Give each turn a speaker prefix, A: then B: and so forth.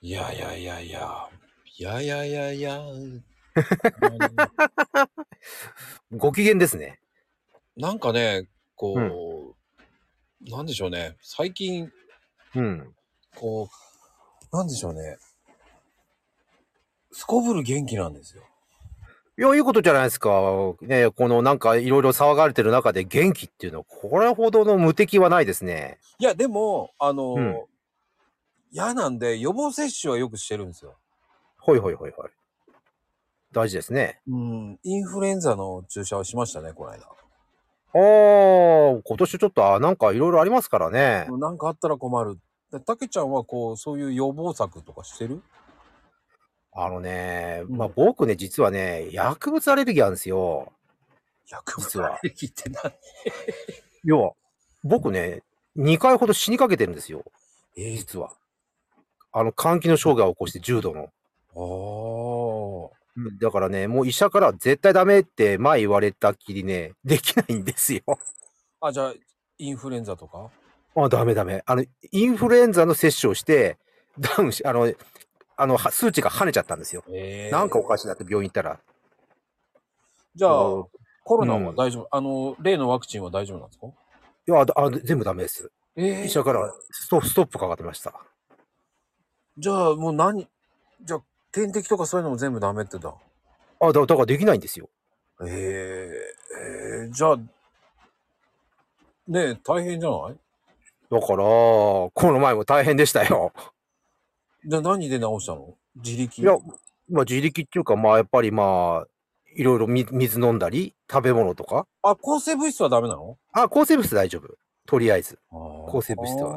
A: いやいやいやいや。いやいやいやい や。
B: ご機嫌ですね。
A: なんかね、こう、なんでしょうね。最近、
B: うん。
A: こう、なんでしょうね。すこぶる元気なんですよ。
B: いや、いいことじゃないですか。ねこのなんかいろいろ騒がれてる中で元気っていうのは、これほどの無敵はないですね。
A: いや、でも、あの、
B: うん
A: 嫌なんで予防接種はよくしてるんですよ。
B: ほいほいほいほい。大事ですね。
A: うん、インフルエンザの注射をしましたね、この間。
B: ああ、今年ちょっと、あなんかいろいろありますからね。
A: なんかあったら困る。でたけちゃんはこう、そういう予防策とかしてる
B: あのね、
A: うん
B: まあ僕ね、実はね、薬物アレルギーあるんですよ。
A: 薬物
B: 実は
A: アレルギーって何
B: 要は、僕ね、2回ほど死にかけてるんですよ。
A: え
B: 実は。あの、肝機能障害を起こして重度の。
A: あー
B: だからね、もう医者から絶対ダメって前言われたっきりね、できないんですよ。
A: あ、じゃあ、インフルエンザとか
B: あ、ダメダメ。あの、インフルエンザの接種をして、ダウンし、あの、あの、は数値が跳ねちゃったんですよ。
A: え
B: なんかおかしいなって病院行ったら。
A: じゃあ、
B: うん
A: コロナは大丈夫、あの、例のワクチンは大丈夫なんですか
B: いや、あ、全部ダメです。
A: え
B: 医者からストストップかかってました。
A: じゃあ、もう何じゃあ、点滴とかそういうのも全部ダメってだ。
B: あ、だだからできないんですよ。
A: えええーじゃあ、ねえ、大変じゃない
B: だから、この前も大変でしたよ。
A: じゃあ何で治したの自力。
B: いや、まあ自力っていうか、まあやっぱりまあ、いろいろみ水飲んだり、食べ物とか。
A: あ、抗生物質はダメなの
B: あ、抗生物大丈夫。とりあえず。
A: 抗
B: 抗生物質は
A: は。